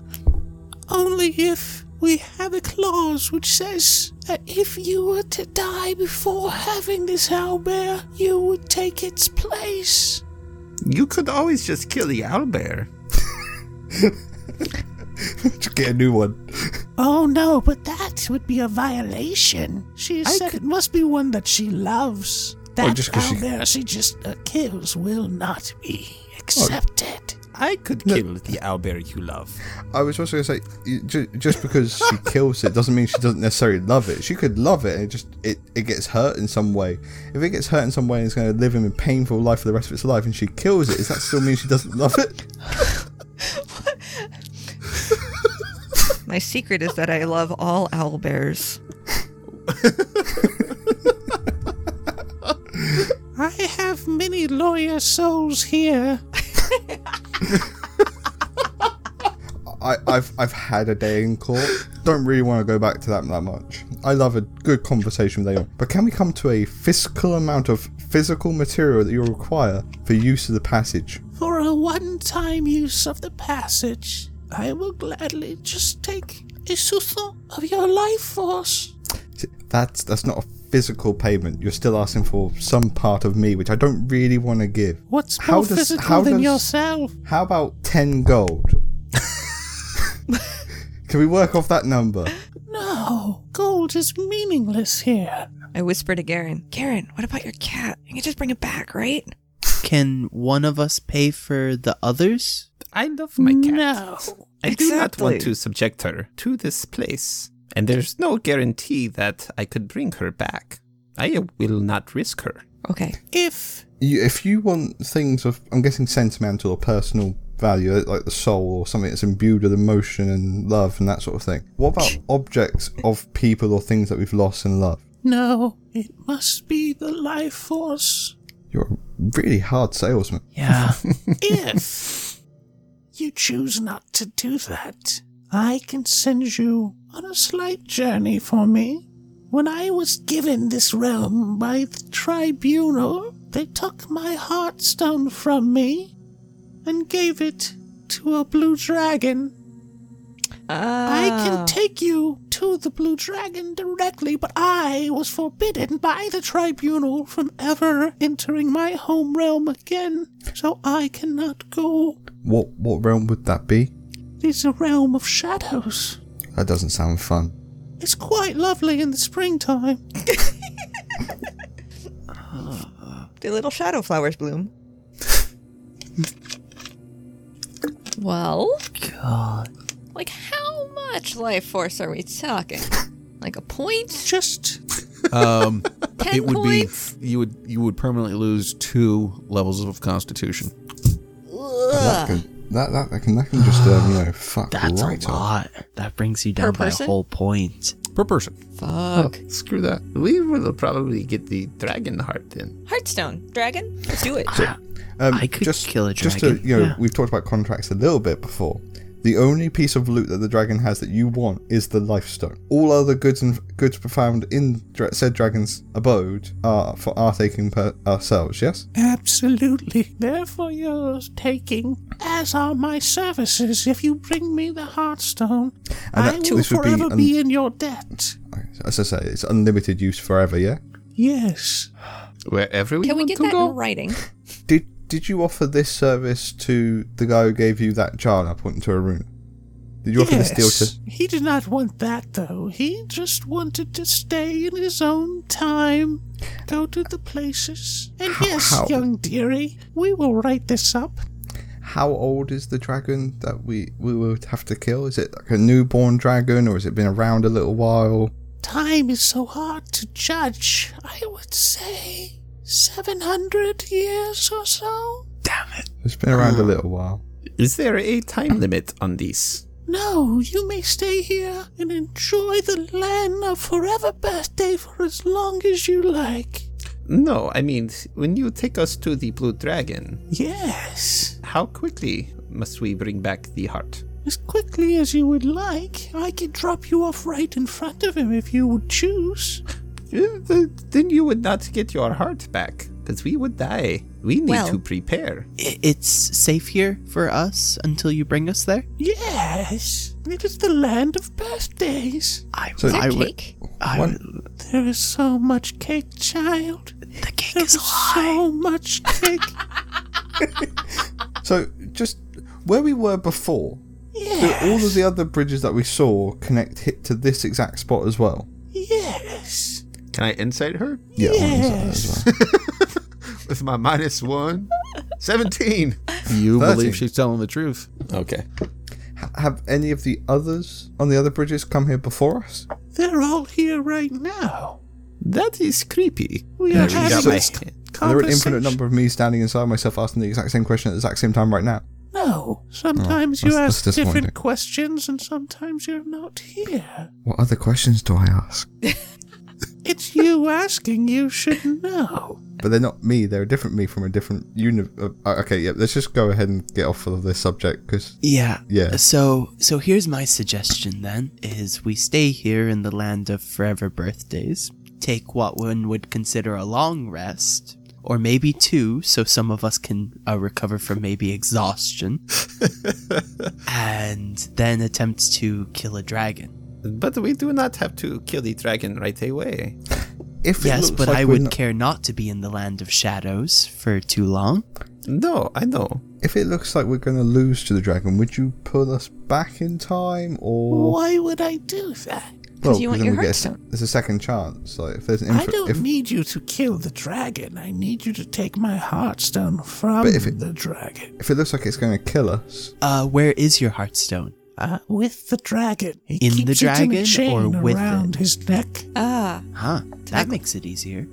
Speaker 9: Only if we have a clause which says that if you were to die before having this owlbear, you would take its place.
Speaker 2: You could always just kill the owlbear.
Speaker 5: just get a new one.
Speaker 9: Oh no, but that would be a violation. She said it must be one that she loves. That
Speaker 5: Oh, just 'cause she-
Speaker 9: owlbear she... just uh, kills will not be accepted.
Speaker 2: I could kill the owlbear you love.
Speaker 5: I was also gonna say, you- ju- just because she kills it doesn't mean she doesn't necessarily love it. She could love it, and it just it, it gets hurt in some way. If it gets hurt in some way and it's gonna live in a painful life for the rest of its life, and she kills it, does that still mean she doesn't love it?
Speaker 7: My secret is that I love all owl bears.
Speaker 9: I have many lawyer souls here.
Speaker 5: I, I've I've had a day in court. Don't really want to go back to that that much. I love a good conversation with anyone, but can we come to a fiscal amount of physical material that you'll require for use of the passage?
Speaker 9: For a one time use of the passage, I will gladly just take a suso of your life force.
Speaker 5: See, That's that's not a physical payment. You're still asking for some part of me, which I don't really want to give.
Speaker 9: What's
Speaker 5: How
Speaker 9: more
Speaker 5: does-
Speaker 9: physical
Speaker 5: how
Speaker 9: than
Speaker 5: does-
Speaker 9: yourself?
Speaker 5: How about 10 gold? Can we work off that number?
Speaker 9: No, gold is meaningless here.
Speaker 7: I whisper to Garen, Garen, what about your cat? You can just bring it back, right?
Speaker 6: Can one of us pay for the others?
Speaker 2: I love my cat.
Speaker 9: No.
Speaker 2: I do not want
Speaker 7: Exactly.
Speaker 2: to subject her to this place. And there's no guarantee that I could bring her back. I will not risk her.
Speaker 7: Okay.
Speaker 9: If
Speaker 5: You, if you want things of, I'm guessing, sentimental or personal value, like the soul or something that's imbued with emotion and love and that sort of thing, what about objects of people or things that we've lost and loved?
Speaker 9: no, it must be the life force.
Speaker 5: You're a really hard salesman.
Speaker 6: Yeah.
Speaker 9: if you choose not to do that, I can send you on a slight journey for me. When I was given this realm by the tribunal, they took my heartstone from me and gave it to a blue dragon. I
Speaker 7: Oh.
Speaker 9: can take you to the blue dragon directly, but I was forbidden by the tribunal from ever entering my home realm again, so I cannot go.
Speaker 5: What what realm would that be?
Speaker 9: It's a realm of shadows.
Speaker 5: That doesn't sound fun.
Speaker 9: It's quite lovely in the springtime.
Speaker 7: Do little shadow flowers bloom? well,
Speaker 9: God.
Speaker 7: like how much life force are we talking? Like a point?
Speaker 9: Just
Speaker 4: Um,
Speaker 7: Ten
Speaker 4: it would
Speaker 7: points?
Speaker 4: be you would you would permanently lose two levels of Constitution.
Speaker 5: That can, that, that, that can that can just um, you know fuck
Speaker 6: That's
Speaker 5: right
Speaker 6: a
Speaker 5: up.
Speaker 6: lot. That brings you down by a
Speaker 7: person?
Speaker 6: whole point.
Speaker 4: Per person.
Speaker 7: Fuck.
Speaker 2: Screw that. We will probably get the dragon heart then.
Speaker 7: Heartstone, dragon, let's do it.
Speaker 5: Um,
Speaker 6: I could
Speaker 5: just
Speaker 6: kill a
Speaker 5: Just to,
Speaker 6: dragon,
Speaker 5: you know,
Speaker 6: yeah.
Speaker 5: we've talked about contracts a little bit before. The only piece of loot that the dragon has that you want is the life stone. All other goods and goods found in dra- said dragon's abode are for our taking per ourselves. Yes.
Speaker 9: Absolutely. They're for your taking, as are my services if you bring me the Heartstone.
Speaker 5: And
Speaker 9: I
Speaker 5: that-
Speaker 9: will
Speaker 5: this would be
Speaker 9: forever
Speaker 5: un-
Speaker 9: be in your debt.
Speaker 5: As I say, it's unlimited use forever. Yeah.
Speaker 9: Yes.
Speaker 2: Wherever we
Speaker 7: Can we
Speaker 2: want
Speaker 7: get
Speaker 2: to
Speaker 7: that
Speaker 2: go.
Speaker 7: in writing?
Speaker 5: Did Did you offer this service to the guy who gave you that child? I pointed to Aruna. Did you offer this deal to?
Speaker 9: He did not want that, though. He just wanted to stay in his own time, go to the places. And yes,
Speaker 5: how-
Speaker 9: young dearie, we will write this up.
Speaker 5: How old is the dragon that we we would have to kill? Is it like a newborn dragon, or has it been around a little while?
Speaker 9: Time is so hard to judge. I would say 700 years or so?
Speaker 5: It's been around a little while.
Speaker 2: Is there a time limit on these?
Speaker 9: No, you may stay here and enjoy the land of forever birthday for as long as you like.
Speaker 2: No, I mean, when you take us to the blue dragon,
Speaker 9: Yes,
Speaker 2: how quickly must we bring back the heart?
Speaker 9: as quickly as you would like. I could drop you off right in front of him if you would choose.
Speaker 2: Eh, th- Then you would not get your heart back, because we would die. We need
Speaker 7: Well-
Speaker 2: to prepare.
Speaker 6: I- It's safe here for us until you bring us there.
Speaker 9: Yes, it is the land of birthdays.
Speaker 6: I,
Speaker 5: So-
Speaker 7: Is there
Speaker 6: I would.
Speaker 7: cake?
Speaker 6: I
Speaker 5: One-
Speaker 6: would-
Speaker 9: There is so much cake, child.
Speaker 6: the cake
Speaker 9: There
Speaker 6: is
Speaker 9: is so much cake.
Speaker 5: So just where we were before, do
Speaker 9: yes,
Speaker 5: all of the other bridges that we saw connect hit to this exact spot as well.
Speaker 9: yes.
Speaker 2: Can I insight her?
Speaker 5: Yeah, I wanted to say that as well.
Speaker 2: With my minus one? 17!
Speaker 4: You
Speaker 5: Thirteen.
Speaker 4: believe she's telling the truth?
Speaker 2: Okay.
Speaker 5: Ha- Have any of the others on the other bridges come here before us?
Speaker 9: They're all here right now.
Speaker 2: That is creepy.
Speaker 9: We
Speaker 2: I
Speaker 9: are
Speaker 2: reached out
Speaker 9: having
Speaker 2: my
Speaker 9: this
Speaker 2: hand.
Speaker 5: Are there an
Speaker 9: conversation.
Speaker 5: infinite number of me standing inside myself asking the exact same question at the exact same time right now?
Speaker 9: No, sometimes
Speaker 5: Oh,
Speaker 9: you
Speaker 5: that's-
Speaker 9: ask
Speaker 5: that's disappointing.
Speaker 9: different questions, and sometimes you're not here.
Speaker 5: What other questions do I ask?
Speaker 9: It's you asking. You should know.
Speaker 5: But they're not me. They're a different me from a different uni. Uh, okay, yeah. Let's just go ahead and get off of this subject because
Speaker 6: Yeah.
Speaker 5: Yeah.
Speaker 6: So so here's my suggestion then is we stay here in the land of forever birthdays, take what one would consider a long rest or maybe two so some of us can uh, recover from maybe exhaustion and then attempt to kill a dragon.
Speaker 2: But we do not have to kill the dragon right away.
Speaker 5: if it
Speaker 6: yes,
Speaker 5: looks
Speaker 6: but
Speaker 5: like
Speaker 6: I
Speaker 5: we're
Speaker 6: would
Speaker 5: not-
Speaker 6: care not to be in the land of shadows for too long.
Speaker 2: No, I know.
Speaker 5: if it looks like we're going to lose to the dragon, would you pull us back in time or?
Speaker 9: Why would I do that?
Speaker 5: Well,
Speaker 7: you want
Speaker 5: then
Speaker 7: your
Speaker 5: we get a, se-
Speaker 7: heartstone.
Speaker 5: there's a second chance. Like if there's an
Speaker 9: I
Speaker 5: infinite,
Speaker 9: don't
Speaker 5: if,
Speaker 9: need you to kill the dragon. I need you to take my heartstone from
Speaker 5: But if it-
Speaker 9: the dragon.
Speaker 5: if it looks like it's going to kill us,
Speaker 6: Uh where is your heartstone?
Speaker 9: Uh, with the dragon. He
Speaker 6: Uh-huh. In the
Speaker 9: keeps it in
Speaker 6: dragon
Speaker 9: a chain
Speaker 6: or with
Speaker 9: around
Speaker 6: it?
Speaker 9: his neck.
Speaker 7: Ah,
Speaker 6: Huh, that makes it easier.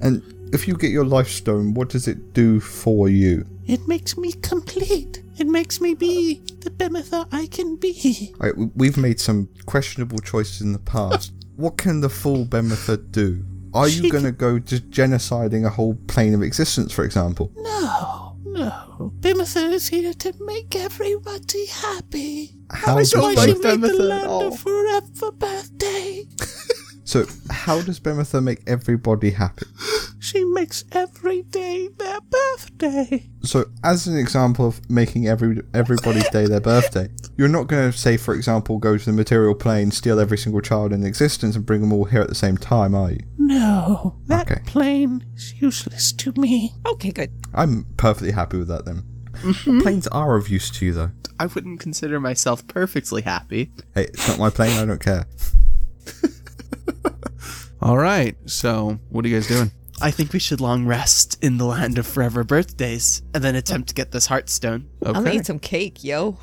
Speaker 5: and if you get your life stone, what does it do for you?
Speaker 9: It makes me complete. It makes me be the Bemetha I can be.
Speaker 5: All right, we- we've made some questionable choices in the past. what can the full Bemetha do? Are you
Speaker 9: She
Speaker 5: going to go just genociding a whole plane of existence, for example?
Speaker 9: No, no, No, Bimitha is here to make everybody happy.
Speaker 5: How
Speaker 9: That's
Speaker 5: do you
Speaker 9: why
Speaker 5: like
Speaker 9: she made the
Speaker 6: Bimitha at
Speaker 9: land
Speaker 6: all?
Speaker 9: a forever birthday.
Speaker 5: So, how does Bemetha make everybody happy?
Speaker 9: She makes every day their birthday.
Speaker 5: So, as an example of making every everybody's day their birthday, you're not going to say, for example, go to the material plane, steal every single child in existence, and bring them all here at the same time, are you?
Speaker 9: No, that
Speaker 5: Okay.
Speaker 9: plane is useless to me.
Speaker 7: Oh, Okay, good.
Speaker 5: I'm perfectly happy with that then.
Speaker 9: Mm-hmm.
Speaker 5: What planes are of use to you though.
Speaker 6: I wouldn't consider myself perfectly happy.
Speaker 5: Hey, it's not my plane. I don't care.
Speaker 10: All right. So, what are you guys doing?
Speaker 6: I think we should long rest in the land of forever birthdays and then attempt to get this heartstone.
Speaker 7: I'm gonna eat some cake, yo.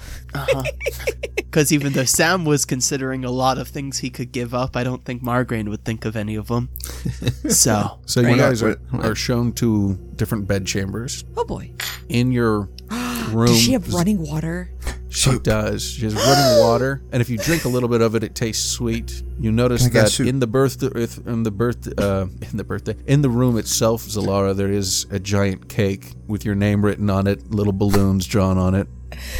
Speaker 6: Because even though Sam was considering a lot of things he could give up, I don't think Margraine would think of any of them. So,
Speaker 10: So you
Speaker 5: Hang on,
Speaker 10: guys are, are shown to different bed chambers.
Speaker 7: Oh boy.
Speaker 10: In your room,
Speaker 7: Does she have running water?
Speaker 10: She does. She has running water, and if you drink a little bit of it, it tastes sweet. You notice
Speaker 5: Can I get a
Speaker 10: that
Speaker 5: soup?
Speaker 10: in the birth, in the birth, uh, in the birthday, in the room itself, Zalara, there is a giant cake with your name written on it, little balloons drawn on it.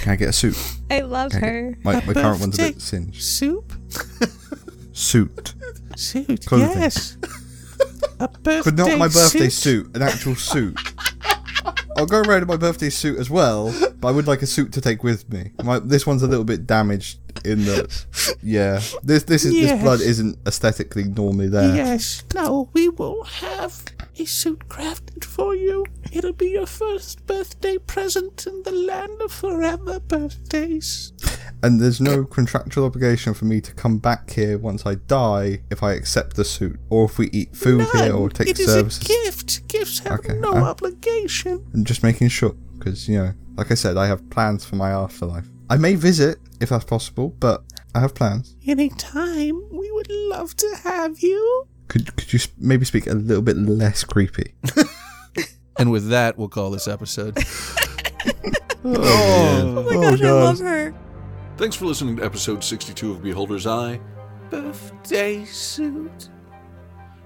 Speaker 5: Can I get a suit?
Speaker 7: I love
Speaker 5: Can I get-
Speaker 7: her.
Speaker 5: My, my current one's a
Speaker 9: birthday
Speaker 5: bit singed.
Speaker 9: Soup?
Speaker 5: Suit.
Speaker 9: Suit,
Speaker 5: Clothing.
Speaker 9: yes. a birthday
Speaker 5: But not my birthday
Speaker 9: suit.
Speaker 5: suit. An actual suit. I'll go around in my birthday suit as well, but I would like a suit to take with me. My, this one's a little bit damaged in the. Yeah. This this is this
Speaker 9: Yes.
Speaker 5: blood isn't aesthetically normally there.
Speaker 9: Yes, no, we will have a suit crafted for you. It'll be your first birthday present in the land of forever birthdays.
Speaker 5: And there's no contractual obligation for me to come back here once I die if I accept the suit, or if we eat food here or
Speaker 9: None.
Speaker 5: take
Speaker 9: It is
Speaker 5: services.
Speaker 9: a gift. Gifts have
Speaker 5: Okay,
Speaker 9: no
Speaker 5: huh?
Speaker 9: obligation.
Speaker 5: I'm just making sure, because you know, like I said, I have plans for my afterlife. I may visit if that's possible, but I have plans.
Speaker 9: Any time, we would love to have you.
Speaker 5: Could could you s- maybe speak a little bit less creepy?
Speaker 10: And with that, we'll call this episode.
Speaker 7: Oh my gosh, I love her.
Speaker 4: Thanks for listening to episode 62 of Beholder's Eye Birthday Suit.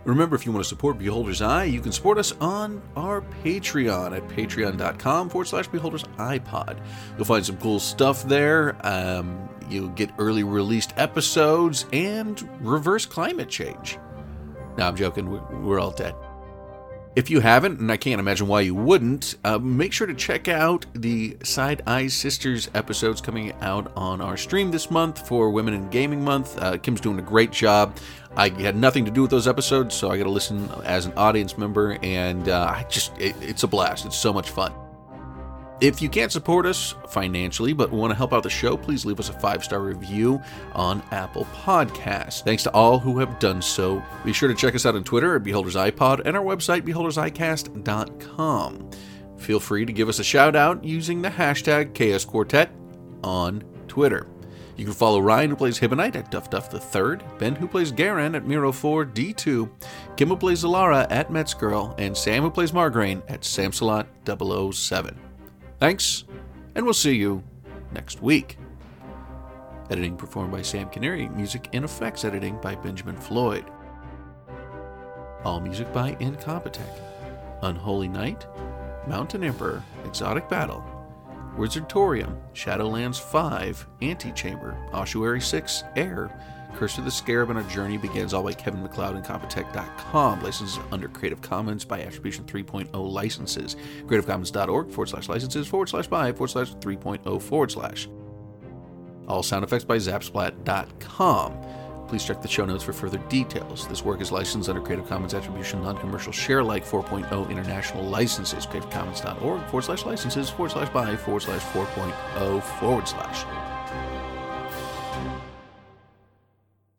Speaker 4: Remember, if you want to support Beholder's Eye, you can support us on our Patreon at patreon.com forward slash Beholder's iPod. You'll find some cool stuff there. Um, you'll get early released episodes and reverse climate change. No, I'm joking. We're, we're all dead. If you haven't, and I can't imagine why you wouldn't, uh, make sure to check out the Side Eye Sisters episodes coming out on our stream this month for Women in Gaming Month. Uh, Kim's doing a great job. I had nothing to do with those episodes, so I got to listen as an audience member, and uh, I just it, it's a blast. It's so much fun. If you can't support us financially but want to help out the show, please leave us a five star review on Apple Podcasts. Thanks to all who have done so. Be sure to check us out on Twitter at Beholders iPod and our website, beholdersicast.com. Feel free to give us a shout out using the hashtag KS Quartet on Twitter. You can follow Ryan, who plays Hibonite at Duff Duff the Third, Ben, who plays Garan at Miro4D2, Kim, who plays Zalara at Metzgirl, and Sam, who plays Margraine at Samsalot007. Thanks, and we'll see you next week. Editing performed by Sam Canary, music and effects editing by Benjamin Floyd. All music by Incompetech. Unholy Knight, Mountain Emperor, Exotic Battle, Wizardtorium, Shadowlands 5, Antechamber, Ossuary 6, Air, Curse of the Scarab, and Our Journey Begins, all by Kevin McLeod and Compotech.com. Licenses under Creative Commons by Attribution 3.0 licenses. CreativeCommons.org forward slash licenses forward slash by forward slash 3.0 forward slash. All sound effects by Zapsplat.com. Please check the show notes for further details. This work is licensed under Creative Commons Attribution Non Commercial Share Like 4.0 International Licenses. CreativeCommons.org oh forward slash licenses forward slash by forward slash 4.0 forward slash.